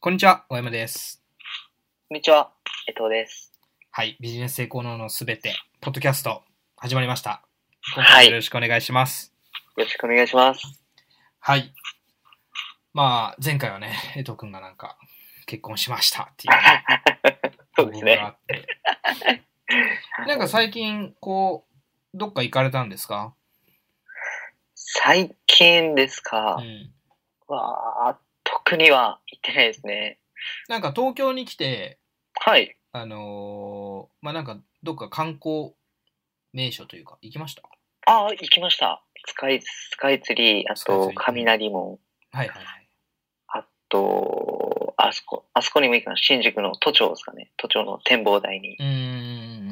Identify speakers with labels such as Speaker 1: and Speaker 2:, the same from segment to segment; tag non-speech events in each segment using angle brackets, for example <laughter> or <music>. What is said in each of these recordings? Speaker 1: こんにちは、小山です。
Speaker 2: こんにちは、江藤です。
Speaker 1: はい、ビジネス成功のすべて、ポッドキャスト、始まりました。今
Speaker 2: は
Speaker 1: 回
Speaker 2: い
Speaker 1: もよろしくお願いします。
Speaker 2: よろしくお願いします。
Speaker 1: はい。まあ、前回はね、江藤くんがなんか、結婚しましたっていう、ね、
Speaker 2: <laughs> そう
Speaker 1: 報告
Speaker 2: です
Speaker 1: が
Speaker 2: ね。
Speaker 1: あって。なんか最近、こう、どっか行かれたんですか
Speaker 2: 最近ですか、
Speaker 1: うん。
Speaker 2: わあ、特には行ってないですね。
Speaker 1: なんか東京に来て、
Speaker 2: はい。
Speaker 1: あのーまあなんか、どっか観光名所というか、行きました
Speaker 2: ああ、行きました。スカイ、スカイツリー、あ
Speaker 1: スカイツ
Speaker 2: と
Speaker 1: リー、
Speaker 2: 雷門、
Speaker 1: はいはいはい。
Speaker 2: あと、あそこ、あそこにも行きました。新宿の都庁ですかね。都庁の展望台に。
Speaker 1: うー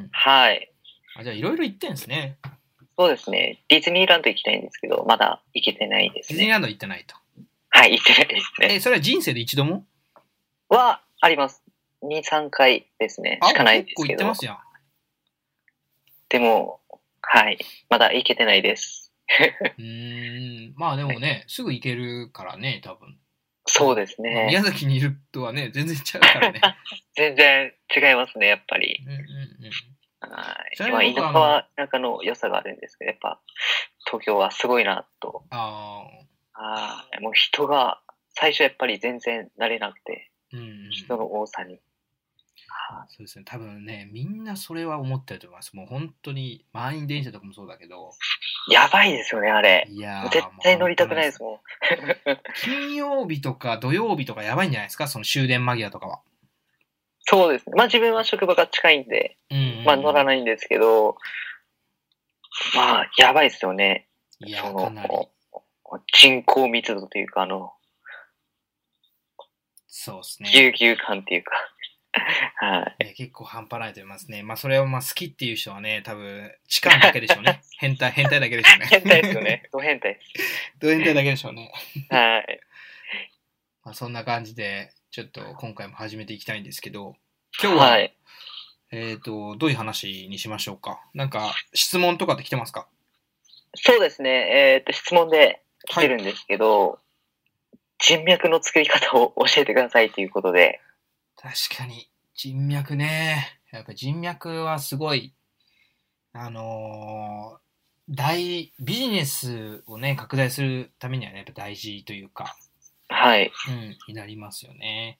Speaker 1: ん。
Speaker 2: はい。
Speaker 1: あ、じゃあいろいろ行ってんですね。
Speaker 2: そうですね。ディズニーランド行きたいんですけど、まだ行けてないです
Speaker 1: ディズニー
Speaker 2: ね。
Speaker 1: ランド行ってないと。
Speaker 2: はい、行ってないですね。
Speaker 1: え、それは人生で一度も
Speaker 2: は、あります。2、3回ですね。しかないで
Speaker 1: 結
Speaker 2: す
Speaker 1: 構行
Speaker 2: け
Speaker 1: って
Speaker 2: ど。
Speaker 1: ますやん。
Speaker 2: でも、はい。まだ行けてないです。
Speaker 1: うーん。まあでもね、すぐ行けるからね、多分。
Speaker 2: そうです
Speaker 1: まあ
Speaker 2: ね。
Speaker 1: 宮崎にいるとはね、全然違うから
Speaker 2: <laughs>
Speaker 1: ね。
Speaker 2: 全然違いますね、やっぱり。
Speaker 1: うんうんうん。
Speaker 2: はい
Speaker 1: ち。な
Speaker 2: まあ、
Speaker 1: みに
Speaker 2: 田
Speaker 1: 僕
Speaker 2: 舎
Speaker 1: は
Speaker 2: は田舎の良さがあるんですけど、やっぱ、東京はすごいなと。
Speaker 1: あ
Speaker 2: はい。もう人が、最初やっぱり全然慣れなくて、
Speaker 1: ーうんうん。
Speaker 2: 人の多さに。は
Speaker 1: そうですね。多分ね、みんなそれは思ってると思います。もう本当に、満員電車とかもそうだけど。
Speaker 2: いやばいですよね、あれ。
Speaker 1: いやー
Speaker 2: 絶対乗りたくないで。す
Speaker 1: もう
Speaker 2: もん。
Speaker 1: 金曜日とか土曜日とかやばいんじゃないですかその終電間際とかは。
Speaker 2: そうですね。まあ自分は職場が近いんで、
Speaker 1: うん、うん。
Speaker 2: まあ乗ら
Speaker 1: な
Speaker 2: ないんですけど、まあやばいですよね。
Speaker 1: いや
Speaker 2: そ
Speaker 1: ー、
Speaker 2: の
Speaker 1: かなり。
Speaker 2: 人口密度というか、あの、
Speaker 1: そうですね。
Speaker 2: ぎゅうぎゅう感っていうか。 <laughs> はい。
Speaker 1: えー結構半端ないと思いますね。まあ、それをまあ好きっていう人はね、多分、痴漢だけでしょう
Speaker 2: <laughs>
Speaker 1: ね。変態、変態だけでしょうね。
Speaker 2: 変態です
Speaker 1: <laughs>
Speaker 2: よ。ね。ド変態で
Speaker 1: ド変態だけでしょうね。
Speaker 2: す。はい。
Speaker 1: まあ、そんな感じで、ちょっと今回も始めていきたいんですけど、今日は、
Speaker 2: い。
Speaker 1: えっ、と、どういう話にしましょうか。なんか、質問とかって来てますか
Speaker 2: そうですね。えっと、質問で来てるんですけど、人脈の作り方を教えてくださいということで。
Speaker 1: 確かに、人脈ね。やっぱ人脈はすごい、あのー大、ビジネスをね、拡大するためにはね、やっぱ大事というか、
Speaker 2: はい。
Speaker 1: うん、になりますよね。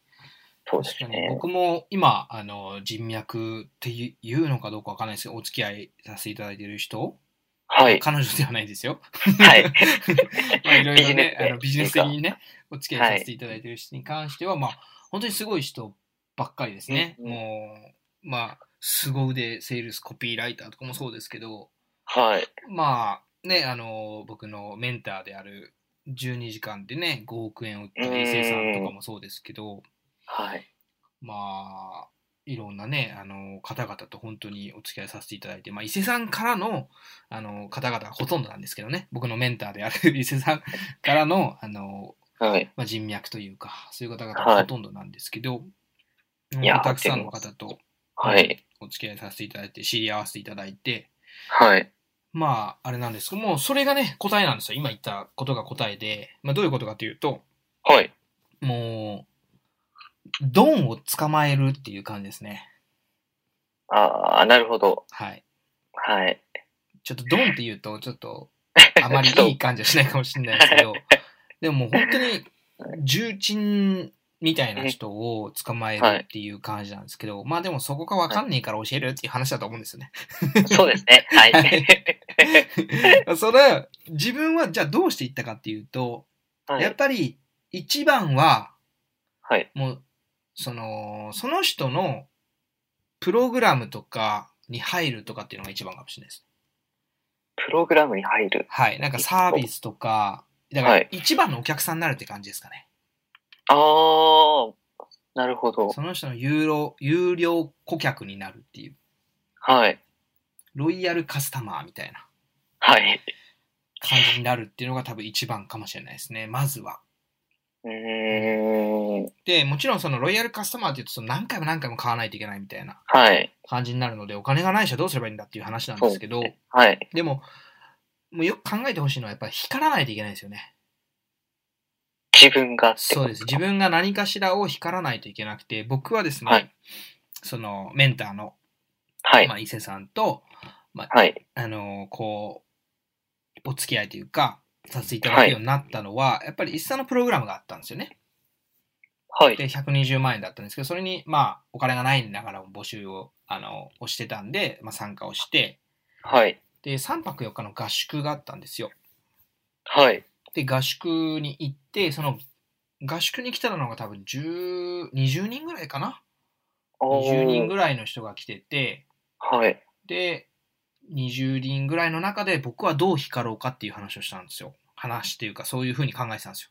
Speaker 2: そうで
Speaker 1: 確か
Speaker 2: す
Speaker 1: に
Speaker 2: ね。
Speaker 1: 僕も今あの人脈っていうのかどうかわかんないですけどお付き合いさせていただいている人、
Speaker 2: はい。
Speaker 1: 彼女ではないですよ <laughs>
Speaker 2: はい。
Speaker 1: まあいろいろね
Speaker 2: ビジネスで
Speaker 1: あのビジネス的にねお付き合いさせていただいている人に関しては、まあ本当にすごい人ばっかりですね、
Speaker 2: うんうん
Speaker 1: もうまあ凄腕セールスコピーライターとかもそうですけど
Speaker 2: はい。
Speaker 1: まあねあの僕のメンターである12時間でね5億円を売った衛星さんとかもそうですけど、
Speaker 2: はい。
Speaker 1: まあ、いろんなね、あの、方々と本当にお付き合いさせていただいて、まあ、伊勢さんからの、あの、方々がほとんどなんですけどね、僕のメンターである <laughs> 伊勢さんからの、あの、
Speaker 2: はい。
Speaker 1: まあ、人脈というか、そういう方々がほとんどなんですけど、本当
Speaker 2: いや
Speaker 1: にたくさんの方と
Speaker 2: はい。
Speaker 1: お付き合いさせていただいて、知り合わせていただいて、
Speaker 2: はい。
Speaker 1: まあ、あれなんですけども、それがね、答えなんですよ。今言ったことが答えで、まあ、どういうことかというと、
Speaker 2: はい。
Speaker 1: もう、ドンを捕まえるっていう感じですね。
Speaker 2: ああ、なるほど。
Speaker 1: はい。
Speaker 2: はい。
Speaker 1: ちょっとドンって言うと、ちょっと、あまりいい感じはしないかもしれないです
Speaker 2: <laughs>
Speaker 1: けど、でももう本当に、重鎮みたいな人を捕まえるっていう感じなんですけど、まあでもそこがわかんねえから教えるっていう話だと思うんですよね。
Speaker 2: そうですね。はい。
Speaker 1: は
Speaker 2: はい。
Speaker 1: それ、自分はじゃあどうしていったかっていうと、やっぱり一番は、
Speaker 2: はい。
Speaker 1: もう、その、その人のプログラムとかに入るとかっていうのが一番かもしれないです。
Speaker 2: プログラムに入る。
Speaker 1: はい。なんかサービスとか、だか
Speaker 2: は
Speaker 1: ら
Speaker 2: い
Speaker 1: 一番のお客さんになるって感じですかね。
Speaker 2: ああ、なるほど。
Speaker 1: その人の有料、有料顧客になるっていう、
Speaker 2: はい。
Speaker 1: ロイヤルカスタマーみたいな
Speaker 2: はい。
Speaker 1: 感じになるっていうのが多分一番かもしれないですね。まずは。
Speaker 2: うーん。
Speaker 1: で、もちろんそのロイヤルカスタマーって言うとその何回も何回も買わないといけないみたいな
Speaker 2: はい。
Speaker 1: 感じになるので、お金がない人はどうすればいいんだっていう話なんですけど、
Speaker 2: はい。
Speaker 1: でも、もうよく考えてほしいのはやっぱり光らないといけないですよね。
Speaker 2: 自分がって
Speaker 1: そうです。自分が何かしらを光らないといけなくて、僕はですね、
Speaker 2: はい
Speaker 1: そのメンターの、
Speaker 2: はい
Speaker 1: ま。あ、伊勢さんと、
Speaker 2: はい。
Speaker 1: あのこう、お付き合いというか、させていただくようになったのは、やっぱり一茶のプログラムがあったんですよね。
Speaker 2: はい。
Speaker 1: で、120万円だったんですけど、それに、まあ、お金がないながらも募集を、あの、をしてたんで、まあ、参加をして、
Speaker 2: はい。
Speaker 1: で、3泊4日の合宿があったんですよ。
Speaker 2: はい。
Speaker 1: で、合宿に行って、その、合宿に来たのが多分10、20人ぐらいかな
Speaker 2: お
Speaker 1: ?20 人
Speaker 2: ー
Speaker 1: ぐらいの人が来てて、
Speaker 2: はい。
Speaker 1: で、20人ぐらいの中で僕はどう光ろうかっていう話をしたんですよ。話っていうか、そういうふうに考えてたんです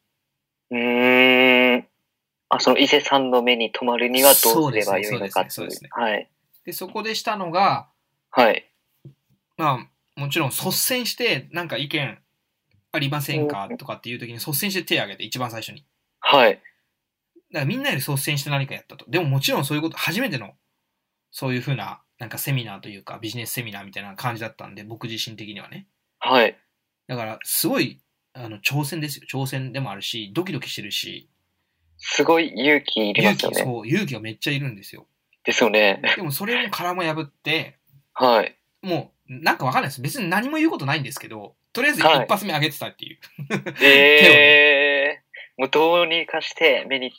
Speaker 1: よ。
Speaker 2: うーん。あ、その伊勢さんの目に留まるにはどうすればよいのかって
Speaker 1: そ
Speaker 2: いうう
Speaker 1: ですね。
Speaker 2: はい。
Speaker 1: で、そこでしたのが、
Speaker 2: はい。
Speaker 1: まあ、もちろん率先して、なんか意見ありませんかとかっていう時に率先して手を挙げて、一番最初に。
Speaker 2: はい。
Speaker 1: だからみんなより率先して何かやったと。でももちろんそういうこと、初めての、そういうふうな、なんかセミナーというか、ビジネスセミナーみたいな感じだったんで、僕自身的にはね。
Speaker 2: はい。
Speaker 1: だから、すごい、あの、挑戦ですよ。挑戦でもあるし、ドキドキしてるし、
Speaker 2: すごい勇気いりま
Speaker 1: 勇
Speaker 2: すよ
Speaker 1: 気、
Speaker 2: ね。
Speaker 1: そう、勇気がめっちゃいるんですよ。
Speaker 2: ですよね。
Speaker 1: でもそれも殻も破って、
Speaker 2: はい。
Speaker 1: もう、なんかわかんないです。別に何も言うことないんですけど、とりあえず一発目上げてたっていう。
Speaker 2: ええー。もうどうにかして目に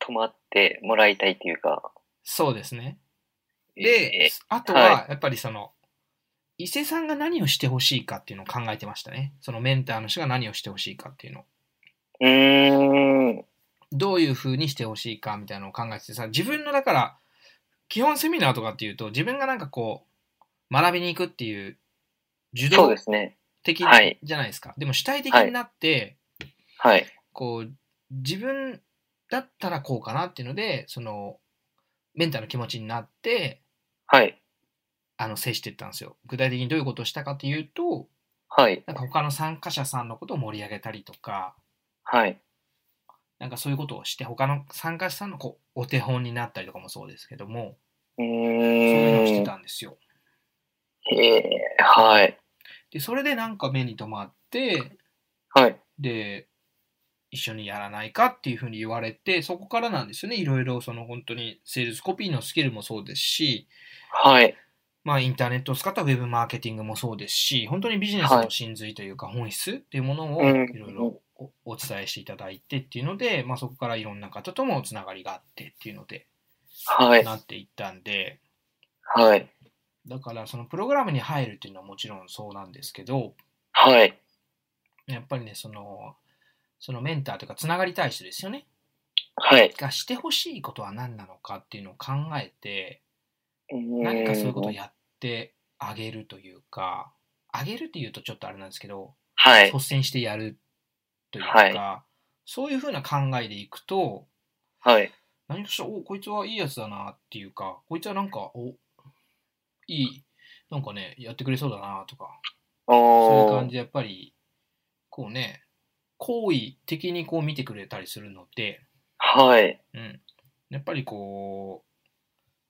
Speaker 2: 留まってもらいたいっていうか。
Speaker 1: そうですね。
Speaker 2: え
Speaker 1: で、あとは、やっぱりその、伊勢さんが何をしてほしいかっていうのを考えてましたね。そのメンターの人が何をしてほしいかっていうの。
Speaker 2: ー、うーん。
Speaker 1: どういう風にしてほしいかみたいなのを考えててさ、自分のだから、基本セミナーとかっていうと、自分がなんかこう、学びに行くっていう、受
Speaker 2: そう
Speaker 1: 動
Speaker 2: ですね。
Speaker 1: 的
Speaker 2: はい
Speaker 1: じゃないですか。でも主体的になって、
Speaker 2: はい。
Speaker 1: こう、自分だったらこうかなっていうので、その、メンターの気持ちになって、
Speaker 2: はい。
Speaker 1: あの、接していったんですよ。具体的にどういうことをしたかというと、
Speaker 2: はい。
Speaker 1: なんか他の参加者さんのことを盛り上げたりとか、
Speaker 2: はい。
Speaker 1: なんかそういうことをして、他の参加者さんのこうお手本になったりとかもそうですけども、そ
Speaker 2: う
Speaker 1: ういうのをし
Speaker 2: ー
Speaker 1: て
Speaker 2: ん。
Speaker 1: たんですよ。
Speaker 2: ええー。はい。
Speaker 1: で、それでなんか目に留まって、
Speaker 2: はい。
Speaker 1: で、一緒にやらないかっていうふうに言われて、そこからなんですよね。いろいろその本当にセールスコピーのスキルもそうですし、
Speaker 2: はい。
Speaker 1: まあインターネットを使ったウェブマーケティングもそうですし、本当にビジネスの真髄というか本質っていうものを
Speaker 2: うん
Speaker 1: いろいろおお伝えしていただいてっていうので、まあそこからいろんな方ともつながりがあってっていうので、
Speaker 2: はい。
Speaker 1: なっていったんで、
Speaker 2: はい。
Speaker 1: だからそのプログラムに入るっていうのはもちろんそうなんですけど、
Speaker 2: はい。
Speaker 1: やっぱりね、その、そのメンターというかつながりたい人ですよね。
Speaker 2: はい。
Speaker 1: がしてほしいことは何なのかっていうのを考えて、
Speaker 2: 何
Speaker 1: 何かそういうことをやってあげるというか、あげるっていうとちょっとあれなんですけど、
Speaker 2: はい。
Speaker 1: 率先してやるというか、
Speaker 2: は
Speaker 1: そういうふうな考えでいくと、
Speaker 2: はい。
Speaker 1: 何かしら、おこいつはいいやつだなっていうか、こいつはなんか、おいい、なんかね、やってくれそうだなとか、そういう
Speaker 2: お
Speaker 1: 感
Speaker 2: ー。
Speaker 1: じでやっぱり、こうね、好意的にこう見てくれたりするので、
Speaker 2: はい。
Speaker 1: うん。やっぱりこう、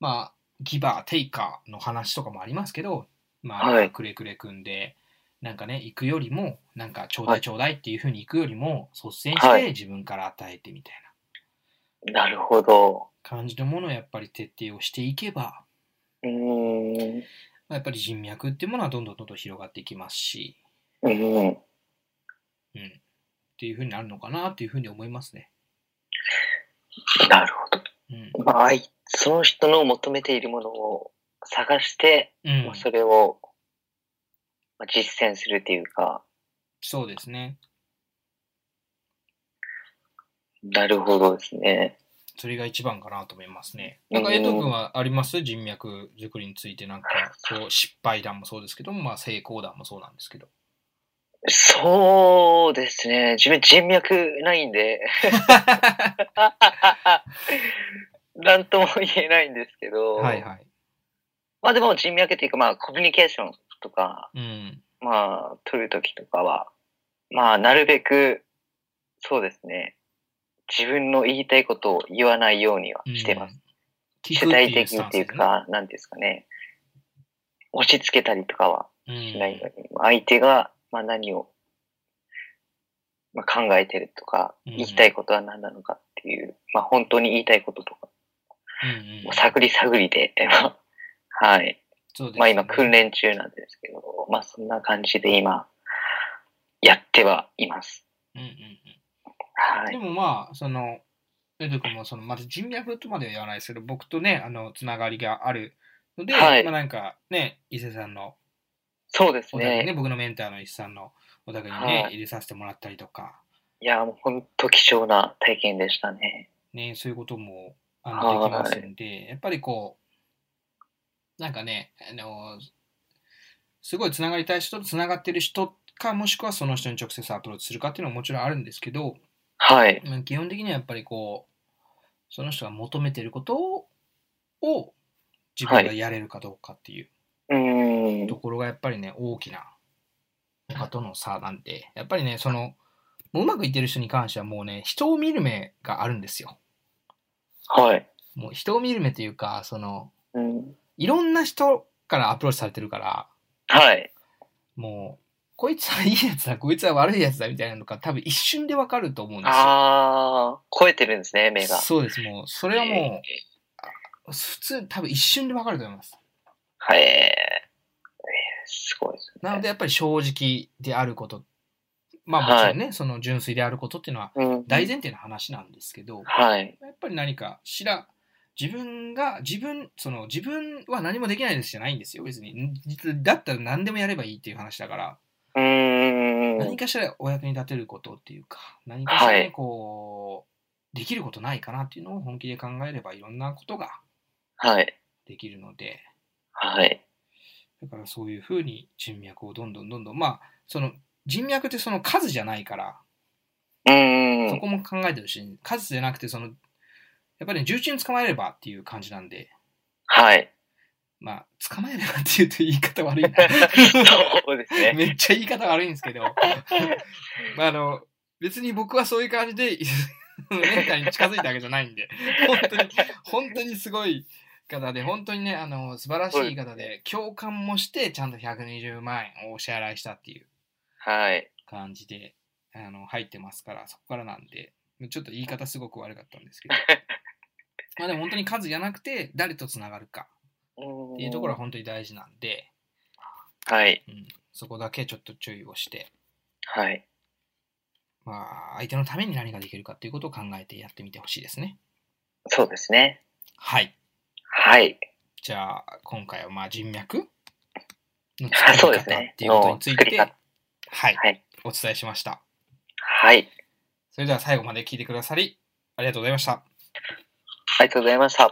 Speaker 1: まあ、ギバー、テイカーの話とかもありますけど、まあ、
Speaker 2: はい
Speaker 1: くれくれくんで、なんかね、行くよりも、なんか、ちょうだいちょうだいっていうふうに行くよりも、率先し
Speaker 2: は
Speaker 1: て
Speaker 2: い
Speaker 1: 自分から与えてみたいな
Speaker 2: なるほど。
Speaker 1: 感じのものをやっぱり徹底をしていけば、
Speaker 2: うーん。
Speaker 1: まあやっぱり人脈っていうものはどんどんどんどん広がっていきますし、
Speaker 2: うん。
Speaker 1: うん。っていうふうになるのかなっていうふうに思いますね。
Speaker 2: なるほ
Speaker 1: うん。
Speaker 2: ど。まああい、その人の求めているものを探して、
Speaker 1: うん
Speaker 2: まあ、それをまあ実践するっていうか、
Speaker 1: そうですね。
Speaker 2: なるほどですね。
Speaker 1: それが一番かなと思いますね。なんか江藤君はあります人脈作りについてなんかこう失敗談もそうですけども、まあ、成功談もそうなんですけど。
Speaker 2: そうですね。自分人脈ないんで、なんとも言えないんですけど、
Speaker 1: はいはい。
Speaker 2: まあでも人脈っていうか、まあコミュニケーションとか、
Speaker 1: うん。
Speaker 2: まあ取るときとかは、まあなるべく、そうですね。自分の言いたいことを言わないようには
Speaker 1: うん
Speaker 2: してます。。
Speaker 1: 聞く
Speaker 2: 主
Speaker 1: って
Speaker 2: 体
Speaker 1: いう
Speaker 2: 的
Speaker 1: スタン
Speaker 2: っ
Speaker 1: ス
Speaker 2: てい
Speaker 1: で
Speaker 2: う
Speaker 1: すね。
Speaker 2: か、なんですかね。押し付けたりとかは
Speaker 1: う
Speaker 2: しない
Speaker 1: ん
Speaker 2: ように。相手が、まあ何をまあ、考えてるとか、
Speaker 1: うん
Speaker 2: 言いたいことは何なのかっていう、まあ、本当に言いたいこととか、
Speaker 1: うんうん
Speaker 2: もう探り探りで、 <laughs> まあ、はい。
Speaker 1: そうですね
Speaker 2: まあ今訓練中なんですけど、まあそんな感じで今、やってはいます。
Speaker 1: うんうんうん
Speaker 2: は
Speaker 1: で
Speaker 2: い。
Speaker 1: もまあ、その、レド君もその、まず人脈とまでは言わないですけど、僕とね、あの、つながりがあるので、
Speaker 2: はい
Speaker 1: まあなんかね、伊勢さんの
Speaker 2: そうです
Speaker 1: お宅にね、
Speaker 2: ね。
Speaker 1: 僕のメンターの伊勢さんのお宅にね、
Speaker 2: はい
Speaker 1: 入れさせてもらったりとか、
Speaker 2: いや、もう本当貴重な体験でしたね。
Speaker 1: ね、そういうこともあ
Speaker 2: は
Speaker 1: の
Speaker 2: い
Speaker 1: できますんで、やっぱりこう、なんかね、あの、すごいつながりたい人とつながってる人か、もしくはその人に直接アプローチするかっていうのはもちろんあるんですけど、
Speaker 2: はい。
Speaker 1: まあ基本的にはやっぱりこう、その人が求めてることを、を自分がやれるかどうかっていう
Speaker 2: うーん
Speaker 1: と。ころがやっぱりね、大きな他との差なんで、やっぱりね、その、もううまくいってる人に関してはもうね、人を見る目があるんですよ。
Speaker 2: はい。
Speaker 1: もう人を見る目というか、その、
Speaker 2: うん、
Speaker 1: いろんな人からアプローチされてるから、
Speaker 2: はい。
Speaker 1: もう、こいつはいいやつだ、こいつは悪いやつだみたいなのが多分一瞬でわかると思うんですよ。
Speaker 2: あー、超えてるんですね、目が。
Speaker 1: そうです、もう、そ
Speaker 2: こ
Speaker 1: れはもう、普通、多分一瞬でわかると思います。
Speaker 2: はい。えーすごいですね。
Speaker 1: なので、やっぱり正直であること、まあもちろんね、その純粋であることっていうのは
Speaker 2: うん、
Speaker 1: 大前提の話なんですけど、
Speaker 2: はい。
Speaker 1: やっぱり何かしら、自分が、自分、その自分は何もできないですじゃないんですよ、別に。んだったら何でもやればいいっていう話だから、
Speaker 2: うー
Speaker 1: 何
Speaker 2: ん。
Speaker 1: かしらお役に立てることっていうか、何かしら
Speaker 2: は
Speaker 1: ね、
Speaker 2: い
Speaker 1: こう、できることないかなっていうのを本気で考えればいろんなことが
Speaker 2: はい。
Speaker 1: できるので、
Speaker 2: はい。
Speaker 1: だからそういうふうに人脈をどんどんどんどん、まあ、その人脈ってその数じゃないから、
Speaker 2: うーん。
Speaker 1: そこも考えてるし、数じゃなくて、その、やっぱり重鎮捕まえればっていう感じなんで、
Speaker 2: はい。 <laughs>
Speaker 1: まあ、捕まえればっていうと言い方悪いな。
Speaker 2: そうですね。
Speaker 1: <laughs> めっちゃ言い方悪いんですけど、 <laughs> まあ、あの、別に僕はそういう感じで、メンターに近づいたわけじゃないんで、本当に、本当にすごい方で、本当にね、あの、素晴らしい方で、共感もして、ちゃんと120万円をお支払いしたっていう
Speaker 2: はい。
Speaker 1: 感じで、あの、入ってますから、そこからなんで、ちょっと言い方すごく悪かったんですけど、まあでも本当に数じゃなくて、誰とつながるか
Speaker 2: っ
Speaker 1: っていうところは本当に大事なんで、
Speaker 2: はい。
Speaker 1: うん、そこだけちょっと注意をして、
Speaker 2: はい。
Speaker 1: まあ、相手のために何ができるかっていうことを考えてやってみてほしいですね。
Speaker 2: そうですね。
Speaker 1: はい。
Speaker 2: はい。
Speaker 1: じゃあ、今回はまあ人脈の
Speaker 2: あそ
Speaker 1: 作り
Speaker 2: うです
Speaker 1: 方っ
Speaker 2: ね
Speaker 1: ていうことについ
Speaker 2: の作り
Speaker 1: て、
Speaker 2: 方
Speaker 1: はい、
Speaker 2: はい。
Speaker 1: お伝えしました。
Speaker 2: はい。
Speaker 1: それでは最後まで聞いてくださり、ありがとうございました。
Speaker 2: ありがとうございました。